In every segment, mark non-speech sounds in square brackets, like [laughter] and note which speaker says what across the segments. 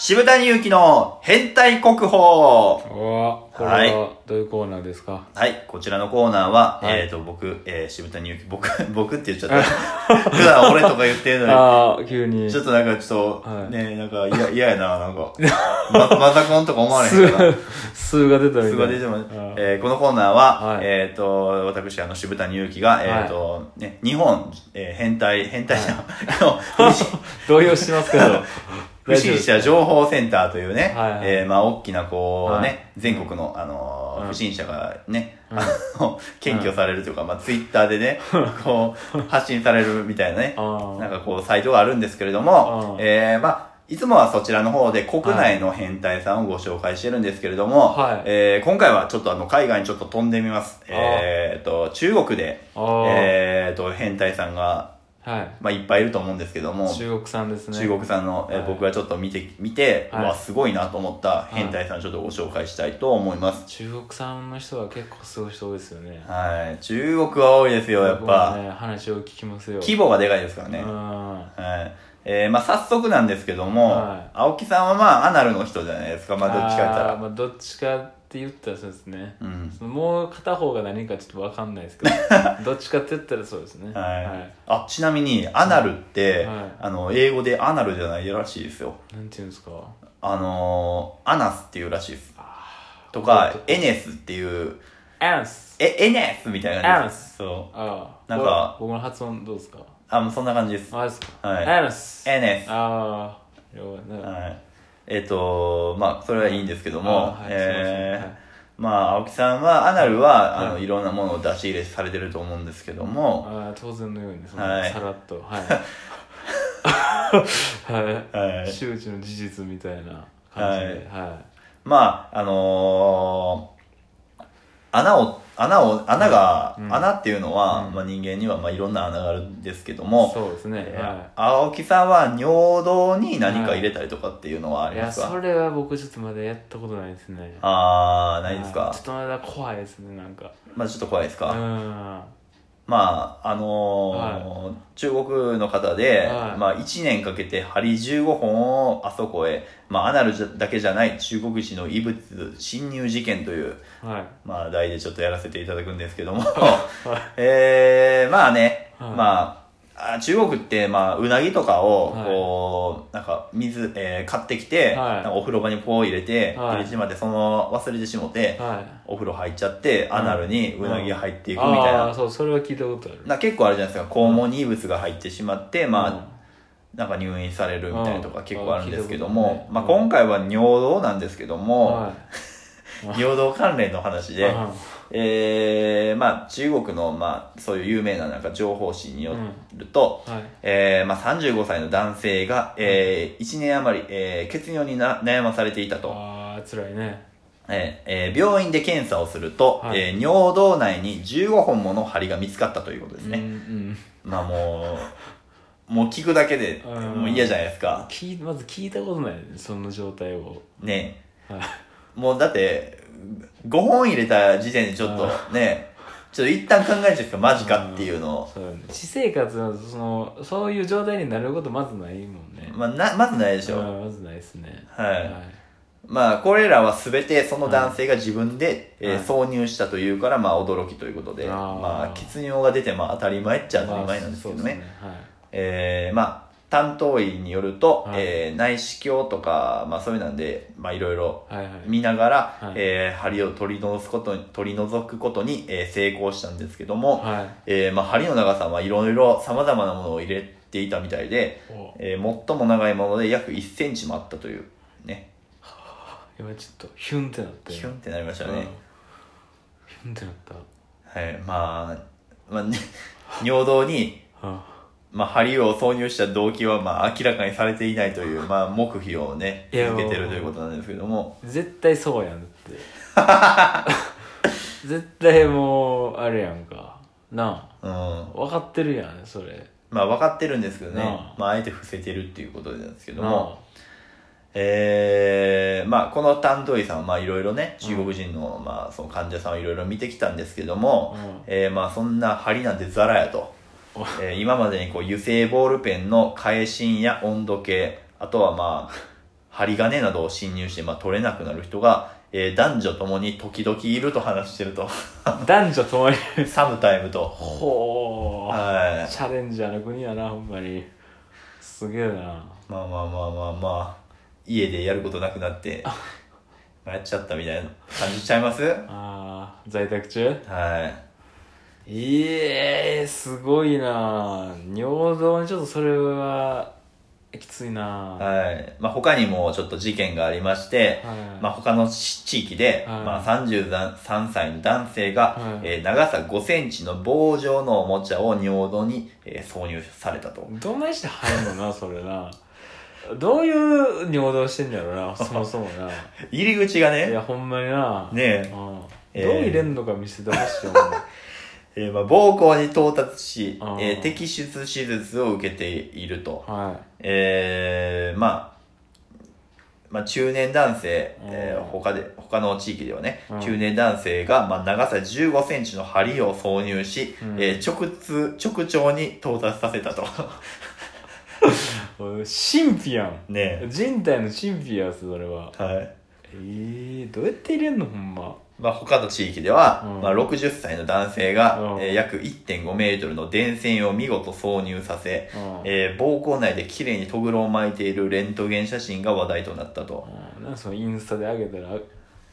Speaker 1: 渋谷祐希の変態国宝
Speaker 2: おーこれ
Speaker 1: はい
Speaker 2: はどういうコーナーですか
Speaker 1: はい、こちらのコーナーは、
Speaker 2: はい
Speaker 1: えっ、と、僕、えー、渋谷祐希、僕、 [laughs] 僕って言っちゃった。 [laughs] 普段俺とか言ってるの
Speaker 2: ああ、急に。
Speaker 1: に、ちょっとなんかちょっと、
Speaker 2: はい
Speaker 1: ね、なんか、いや、嫌やな、なんか。 [laughs] ま、またこんとか思われへん
Speaker 2: [laughs]
Speaker 1: から。
Speaker 2: 数が出たみたいな。
Speaker 1: すごい出てます
Speaker 2: あー
Speaker 1: えーこのコーナーは、
Speaker 2: はい
Speaker 1: えっ、と、私、あの、渋谷祐希が、えっ、と、ね、日本、えー変態、変態じゃん、 [laughs] 不審
Speaker 2: 動揺しますけど。大丈夫
Speaker 1: [laughs] 不審者情報センターというね、
Speaker 2: はいはい
Speaker 1: えーまあ、大きな、こうね、
Speaker 2: は
Speaker 1: 全国の、あのー
Speaker 2: うん
Speaker 1: 不審者がね、あ
Speaker 2: [laughs]
Speaker 1: の、検挙されるというか、まあ、ツイッターでね、こう、発信されるみたいなね、
Speaker 2: ああ
Speaker 1: なんかこう、サイトがあるんですけれども、
Speaker 2: うん
Speaker 1: えー、まあ、いつもはそちらの方で国内の変態さんをご紹介してるんですけれども、
Speaker 2: はい
Speaker 1: えー今回はちょっとあの、海外にちょっと飛んでみます。
Speaker 2: あー
Speaker 1: えっ、と、中国で、
Speaker 2: あー
Speaker 1: えっ、と、変態さんが、
Speaker 2: は
Speaker 1: まあ、いっぱいいると思うんですけども
Speaker 2: い。、中国産ですね。
Speaker 1: 中国産の、えー
Speaker 2: はい
Speaker 1: 僕がちょっと見て、見て、
Speaker 2: はい
Speaker 1: まあ、すごいなと思った変態さんをちょっとご紹介したいと思います。
Speaker 2: 中国産の人は結構すごい人多いですよね。
Speaker 1: はい。中国は多いですよ、やっ
Speaker 2: 僕
Speaker 1: ぱ。
Speaker 2: もね、話を聞きますよ。
Speaker 1: 規模がでかいですからね。
Speaker 2: うん。
Speaker 1: はい。えー、まあ早速なんですけども、
Speaker 2: はい
Speaker 1: 青木さんはまあアナルの人じゃないですか、まあどっちか言った
Speaker 2: あー
Speaker 1: ら。
Speaker 2: まあ、どっちかって言ったらそうですね。
Speaker 1: うん。
Speaker 2: そのもう片方が何かちょっとわかんないですけ
Speaker 1: [laughs]
Speaker 2: ど、どっちかって言ったらそうですね。
Speaker 1: はい。
Speaker 2: はい
Speaker 1: あ、ちなみに、アナルって、
Speaker 2: はい
Speaker 1: あの、英語でアナルじゃないらしいですよ。
Speaker 2: なんていうんですか。
Speaker 1: あのー、アナスっていうらしいです。と
Speaker 2: ち
Speaker 1: か
Speaker 2: ょっ、と
Speaker 1: エネスっていう、
Speaker 2: アンス
Speaker 1: え、エネスみたいな感じです。そう。
Speaker 2: ああ。
Speaker 1: なんか
Speaker 2: 僕の発音どうですか
Speaker 1: あ、もうそんな感じです。
Speaker 2: あですか
Speaker 1: はい
Speaker 2: アンス
Speaker 1: エネス。
Speaker 2: ああ。了解ね
Speaker 1: はい。えっ、とまあ、それはいいんですけども、
Speaker 2: あーはい
Speaker 1: え
Speaker 2: すいません
Speaker 1: ー
Speaker 2: はい
Speaker 1: まあ、青木さんは、アナルは、あの、
Speaker 2: はい
Speaker 1: いろんなものを出し入れされてると思うんですけども、
Speaker 2: ああ、当然のように、その
Speaker 1: はい
Speaker 2: さらっと。
Speaker 1: [laughs]
Speaker 2: はい。はい。
Speaker 1: はい
Speaker 2: 周知の事実みたいな感じで。は
Speaker 1: まあ、あのー穴を、穴を、穴が、
Speaker 2: うん
Speaker 1: 穴っていうのは、
Speaker 2: うん
Speaker 1: まあ人間には、まあいろんな穴があるんですけど
Speaker 2: い。
Speaker 1: も、
Speaker 2: そうですね。
Speaker 1: えー
Speaker 2: は
Speaker 1: 青木さんは尿道に何か入れたりとかっていうのはあ
Speaker 2: い。い
Speaker 1: りま
Speaker 2: や、
Speaker 1: すか、
Speaker 2: それは僕ちょっとまだやったことないですね。
Speaker 1: ああないです
Speaker 2: は
Speaker 1: か
Speaker 2: ちょっとまだ怖いですね、なんか。
Speaker 1: まあちょっと怖いです
Speaker 2: う
Speaker 1: か、
Speaker 2: ん。
Speaker 1: まああのー中国の方で、
Speaker 2: はい
Speaker 1: まあ1年かけて針15本をあそこへ、まあアナルじゃだけじゃない中国人の異物侵入事件という、
Speaker 2: はい。
Speaker 1: まあ、題でちょっとやらせていただくんですけども、
Speaker 2: はい
Speaker 1: [laughs] えー、まあね、
Speaker 2: はい
Speaker 1: まあ、あ中国って、まあ、うなぎとかを、
Speaker 2: はい
Speaker 1: こう、なんか、水、えー買ってきて、
Speaker 2: はい
Speaker 1: なんかお風呂場にこう入れて、
Speaker 2: はい
Speaker 1: 入れてしまって、そのまま忘れてしもて、
Speaker 2: はい。
Speaker 1: お風呂入っちゃって、アナルにうなぎ入っていくみたい
Speaker 2: あ
Speaker 1: な
Speaker 2: あ、。そう、それは聞いたことある。
Speaker 1: な結構あるじゃないですか、肛門に異物が入ってしまって、まあ、
Speaker 2: あ、
Speaker 1: なんか入院されるみたいなとか
Speaker 2: うん
Speaker 1: 結構あるんですけど
Speaker 2: あ聞いた
Speaker 1: も
Speaker 2: こ、と
Speaker 1: ま
Speaker 2: な
Speaker 1: あ
Speaker 2: い
Speaker 1: 今回は尿道なんですけども、
Speaker 2: は
Speaker 1: 尿道関連の話
Speaker 2: い。
Speaker 1: で、
Speaker 2: うん
Speaker 1: えーまあ、中国の、まあ、そういう有名ななんか情報誌によると、
Speaker 2: はい。
Speaker 1: えーまあ、35歳の男性が、えー1年余り、えー血尿にな悩まされていたと、
Speaker 2: ああ、辛いね。
Speaker 1: えーえー病院で検査をすると、
Speaker 2: はい
Speaker 1: えー尿道内に15本もの針が見つかったということです
Speaker 2: うんう
Speaker 1: ね、
Speaker 2: ん。
Speaker 1: まあもうもう聞くだけで
Speaker 2: うん
Speaker 1: もう嫌じゃないですか
Speaker 2: 聞いまず聞いたことないねその状態を
Speaker 1: ね
Speaker 2: はい
Speaker 1: もうだって5本入れた時点でちょっとねちょっと一旦考えちゃうんですかマジかっていうのを
Speaker 2: そうだね私生活はそのそういう状態になることまずないもんね
Speaker 1: まあ、なまずないでしょ、
Speaker 2: うんまずないですね
Speaker 1: はい
Speaker 2: は
Speaker 1: まあ、これらは全てその男性が自分で、えー
Speaker 2: はい
Speaker 1: 挿入したというから、まあ、驚きということで、
Speaker 2: あー
Speaker 1: まあ、血尿が出て、まあ、当たり前っちゃ当たり前なんですけどね。
Speaker 2: まあそうですね
Speaker 1: えーまあ、担当医によると、
Speaker 2: はい
Speaker 1: えー内視鏡とか、まあ、そういうなんで、まあ、いろいろ
Speaker 2: はいはいはい
Speaker 1: 見ながら、
Speaker 2: はい
Speaker 1: えー針を取り除くことに、取り除くことに、えー成功したんですけども、
Speaker 2: はい
Speaker 1: えーまあ、針の長さはいろいろ様々なものを入れていたみたいで、
Speaker 2: お
Speaker 1: えー最も長いもので約1センチもあったという、ね、
Speaker 2: 今ちょっとヒュンってなったよ
Speaker 1: キュンってなりましたね。
Speaker 2: うんヒュンってなった
Speaker 1: はい、まあ、まあ、ね、 [laughs] 尿道に、
Speaker 2: あ
Speaker 1: まあ、針を挿入した動機は、まあ、明らかにされていないという、まあ、黙秘をね、
Speaker 2: いや
Speaker 1: 続けてるということなんですけども、
Speaker 2: 絶対そうやんって
Speaker 1: [laughs]
Speaker 2: 絶対もうあれやんかな
Speaker 1: うん。
Speaker 2: あ分かってるやんそれ
Speaker 1: まあ、分かってるんですけどね
Speaker 2: なあ、
Speaker 1: まあ、あえて伏せてるっていうことなんですけど
Speaker 2: な
Speaker 1: も、
Speaker 2: あ
Speaker 1: えーまあ、この担当医さんは、まあ、いろいろね、中国人の、まあ、その患者さんをいろいろ見てきたんですけども、
Speaker 2: うん
Speaker 1: えーまあ、そんな針なんてザラやと
Speaker 2: お。
Speaker 1: えー今までにこう油性ボールペンの返しや温度計、あとはまあ、針金などを侵入して、まあ、取れなくなる人が、えー男女ともに時々いると話してると [laughs]
Speaker 2: 男女ともに
Speaker 1: サムタイムと
Speaker 2: ほう
Speaker 1: はい
Speaker 2: チャレンジャーの国やなほんまにすげえな
Speaker 1: まあまあまあまあまあ家でやることなくなってまあやっちゃったみたいな感じちゃいますは
Speaker 2: あー在宅中
Speaker 1: い
Speaker 2: いえすごいな尿道にちょっとそれはきついなは
Speaker 1: はい、まあ、他にもちょっと事件がありまして、
Speaker 2: い
Speaker 1: まあ、他の地域で、
Speaker 2: はい
Speaker 1: まあ、33歳の男性が、
Speaker 2: はい
Speaker 1: えー長さ5センチの棒状のおもちゃを尿道に、えー挿入されたと。
Speaker 2: どんなにして入るのなそれなどういう尿道してんだろうなそもそもな
Speaker 1: 入り口が
Speaker 2: い
Speaker 1: ね
Speaker 2: や、ほんまにな、うん
Speaker 1: ね
Speaker 2: どう
Speaker 1: えー
Speaker 2: 入れんのか見せてほしいよ、ほんま
Speaker 1: えーまあ、膀胱に到達し、え
Speaker 2: あ
Speaker 1: ー
Speaker 2: ー
Speaker 1: 摘出手術を受けていると。
Speaker 2: は
Speaker 1: えーまあ、まあ、中年男性、えー
Speaker 2: うん
Speaker 1: 他で、他の地域ではね、
Speaker 2: うん
Speaker 1: 中年男性が、まあ、長さ15センチの針を挿入し、
Speaker 2: うん
Speaker 1: えー直通、直腸に到達させ
Speaker 2: [laughs]
Speaker 1: たと。
Speaker 2: いおい神秘やん
Speaker 1: ね
Speaker 2: 人体の神秘やそれは
Speaker 1: え。はい。
Speaker 2: えー、どうやって入れんのほんま
Speaker 1: まあ、他の地域では、
Speaker 2: うん
Speaker 1: まあ、60歳の男性が、
Speaker 2: うん
Speaker 1: えー約1.5メートルの電線を見事挿入させ、
Speaker 2: うん
Speaker 1: えー膀胱内で綺麗にトグロを巻いているレントゲン写真が話題となったと。
Speaker 2: うんなんかそのインスタで上げたら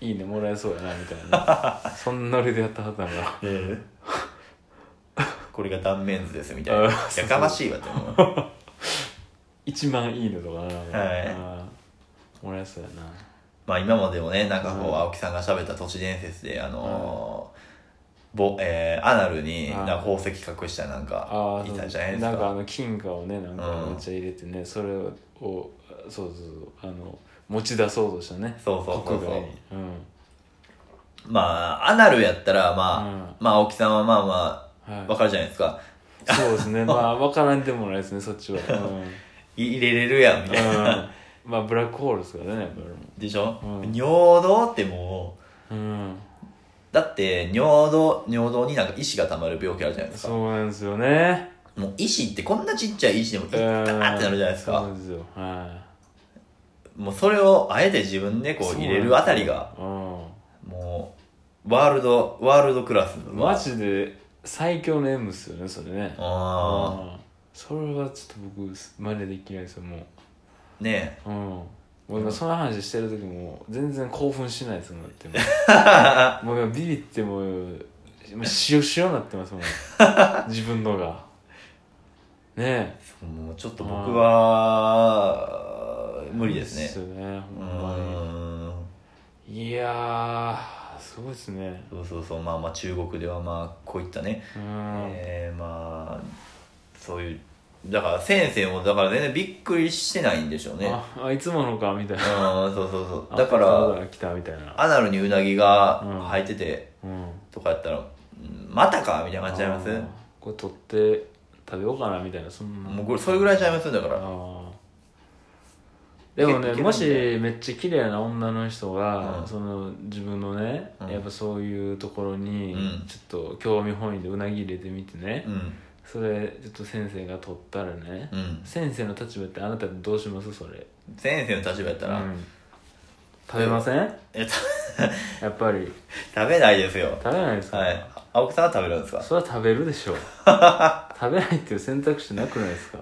Speaker 2: いいねもらえそうやなみたい
Speaker 1: [laughs]
Speaker 2: なそんなノリでやったはずだか
Speaker 1: これが断面図ですみたいな。
Speaker 2: あ
Speaker 1: や
Speaker 2: ーそうそう
Speaker 1: かましいわって思う。
Speaker 2: 1万いいねとかな、
Speaker 1: い
Speaker 2: うんもらえそうやな
Speaker 1: まあ今までもね、なんかこう、
Speaker 2: うん
Speaker 1: 青木さんが喋った都市伝説で、あのー、ぼえーアナルに
Speaker 2: はい
Speaker 1: なんか宝石隠したなん
Speaker 2: あ
Speaker 1: か
Speaker 2: あ
Speaker 1: いたじゃないです
Speaker 2: なんかあ
Speaker 1: か。
Speaker 2: の金貨をねなんか
Speaker 1: うん
Speaker 2: めっちゃ入れてね、それをそうそうそうあの持ち出そうとしたね
Speaker 1: そうそうそうそう
Speaker 2: 国外にうん
Speaker 1: まあ、アナルやったら、まあ、
Speaker 2: は
Speaker 1: まあ青木さんはまあまあ、わ
Speaker 2: い
Speaker 1: かるじゃないですか。
Speaker 2: そうです
Speaker 1: [laughs]
Speaker 2: ねまあ分からんでもないですねそっちは、うんうん、
Speaker 1: い入れれるやん、みたいな。
Speaker 2: まあブラックホールですからねやっぱり
Speaker 1: でしょ、
Speaker 2: うん
Speaker 1: 尿道ってもう、
Speaker 2: うん
Speaker 1: だって尿道、尿道になんか石が溜まる病気あるじゃないですか。
Speaker 2: そうなんですよね
Speaker 1: もう石ってこんなちっちゃい石でもいった
Speaker 2: うん
Speaker 1: ーってなるじゃないです
Speaker 2: そう
Speaker 1: か
Speaker 2: な。んですよはい
Speaker 1: もうそれをあえて自分でこう入れるあたりが、
Speaker 2: そうなんですよ
Speaker 1: もう、ワールド、ワールドクラス
Speaker 2: うんマジで最強の M っすよねそれね
Speaker 1: あ
Speaker 2: うんそれはちょっと僕真似できないですよもう
Speaker 1: あ、ね
Speaker 2: うんもう今その話してる時も全然興奮しないですもんだっても
Speaker 1: [laughs]
Speaker 2: うもう今ビビってもう今塩塩になっ
Speaker 1: [laughs]
Speaker 2: てますもん自分のがね
Speaker 1: え、もうちょっと僕は、
Speaker 2: え
Speaker 1: 無理です
Speaker 2: そう
Speaker 1: ね。
Speaker 2: よね
Speaker 1: う
Speaker 2: ほんま
Speaker 1: ーん。
Speaker 2: にいやーすごいですね
Speaker 1: そうそうそう、まあまあ中国ではまあ、こういったね、
Speaker 2: うん、
Speaker 1: えー、まあ、そういう、だから先生もだから全然びっくりしてないんでしょうね。うん、
Speaker 2: ああいつものかみたいな
Speaker 1: そうそうそう。だか
Speaker 2: あいつも
Speaker 1: ら、
Speaker 2: の来たみたいな
Speaker 1: アナルにうなぎが
Speaker 2: うん
Speaker 1: 入ってて、
Speaker 2: うん
Speaker 1: とかやったら、うんまたかみたいな感じちゃいます
Speaker 2: あーこれ取って食べようかなみたいなそんな
Speaker 1: もうこれそれぐらいちゃいますよだから
Speaker 2: あーでも
Speaker 1: い
Speaker 2: ね
Speaker 1: ける
Speaker 2: もしめっちゃ綺麗な女の人が、
Speaker 1: うん
Speaker 2: その自分のね、
Speaker 1: うん
Speaker 2: やっぱそういうところに
Speaker 1: うん
Speaker 2: ちょっと興味本位でうなぎ入れてみてね、
Speaker 1: うん
Speaker 2: それちょっと先生が取ったらね、
Speaker 1: うん
Speaker 2: 先生の立場ってあなたどうしますそれ、
Speaker 1: 先生の立場やったら、
Speaker 2: うん食べません
Speaker 1: えっと
Speaker 2: やっぱり
Speaker 1: [laughs] 食べないですよ
Speaker 2: 食べないですか、
Speaker 1: はい青木さんは食べるんですか
Speaker 2: それは食べるで
Speaker 1: [laughs]
Speaker 2: しょう食べないっていう選択肢なくないですか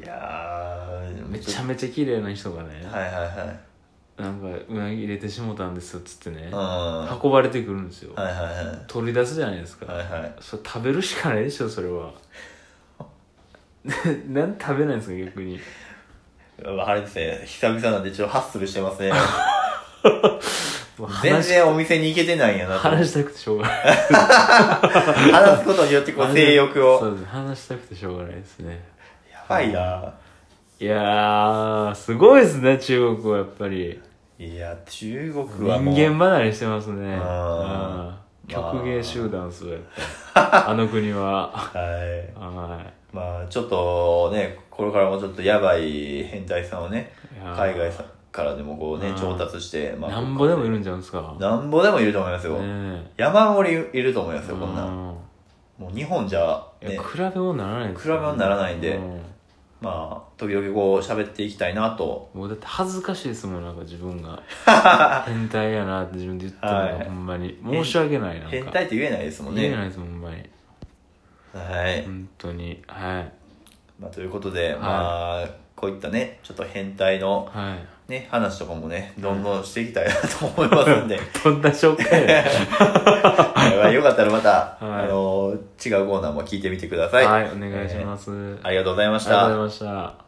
Speaker 1: いやー
Speaker 2: めちゃ
Speaker 1: は
Speaker 2: めちゃ綺麗な人がね、
Speaker 1: いはいは
Speaker 2: なんかうなぎ入れてしもたんですよっつってね、
Speaker 1: いうんは
Speaker 2: 運ばれてくるんですよ、
Speaker 1: いはいはい
Speaker 2: 取り出すじゃないですか、
Speaker 1: はいはい
Speaker 2: それ食べるしかないでしょそれ
Speaker 1: [laughs]
Speaker 2: はなん食べないんですか逆に
Speaker 1: うわあれですね久々なんでちょっとハッスルして [laughs] ますね
Speaker 2: もう
Speaker 1: 全
Speaker 2: 話
Speaker 1: 然お店に行けてないんやなと
Speaker 2: 話したくてしょうがない
Speaker 1: [laughs] 話すことによってこう性欲
Speaker 2: [laughs]
Speaker 1: [laughs]
Speaker 2: そう
Speaker 1: を
Speaker 2: です話したくてしょうがないですね
Speaker 1: やばいない
Speaker 2: やーすごいですね中国はやっぱり
Speaker 1: いや中国
Speaker 2: 人
Speaker 1: はもう
Speaker 2: 間離れしてますね
Speaker 1: あ
Speaker 2: うん曲芸集団っすよやっぱりあの
Speaker 1: [laughs]
Speaker 2: 国は
Speaker 1: はい
Speaker 2: は
Speaker 1: まあちょっとねこれからもちょっとやばい変態さんをね
Speaker 2: いいやー
Speaker 1: 海外さからでもこうね
Speaker 2: うん
Speaker 1: 調達して、まあ、
Speaker 2: なんぼでもいるんじゃないですか
Speaker 1: なんぼでもいると思いますよ、
Speaker 2: ね
Speaker 1: 山盛りいると思います
Speaker 2: え
Speaker 1: よこんな
Speaker 2: うん
Speaker 1: もう日本じゃ
Speaker 2: い
Speaker 1: ね
Speaker 2: や比べもならないです
Speaker 1: 比べもならないんで
Speaker 2: うん
Speaker 1: ままあ、時々こう喋っていきたいなと。
Speaker 2: もうだって恥ずかしいですもんなんか自
Speaker 1: [laughs]
Speaker 2: 分が変態やなって自分で言ってるのが、
Speaker 1: はい
Speaker 2: ほんまに申し訳ないなんか
Speaker 1: 変態って言えないですもん
Speaker 2: 言えな
Speaker 1: ね。
Speaker 2: いですもんほんまに
Speaker 1: はい。
Speaker 2: 本当にはい
Speaker 1: まあ、ということで、まあ、こういったね、ちょっと変態の
Speaker 2: はい
Speaker 1: ね、話とかもね、どんどんしていきたいなと思います
Speaker 2: [laughs]
Speaker 1: んで、
Speaker 2: どんな
Speaker 1: [laughs]
Speaker 2: 紹介や
Speaker 1: はいよかったらまた、
Speaker 2: はい
Speaker 1: あの、違うコーナーも聞いてみてください。
Speaker 2: はいお願いします、
Speaker 1: ありがとうございまし
Speaker 2: ありがとうご
Speaker 1: た
Speaker 2: ざい。ました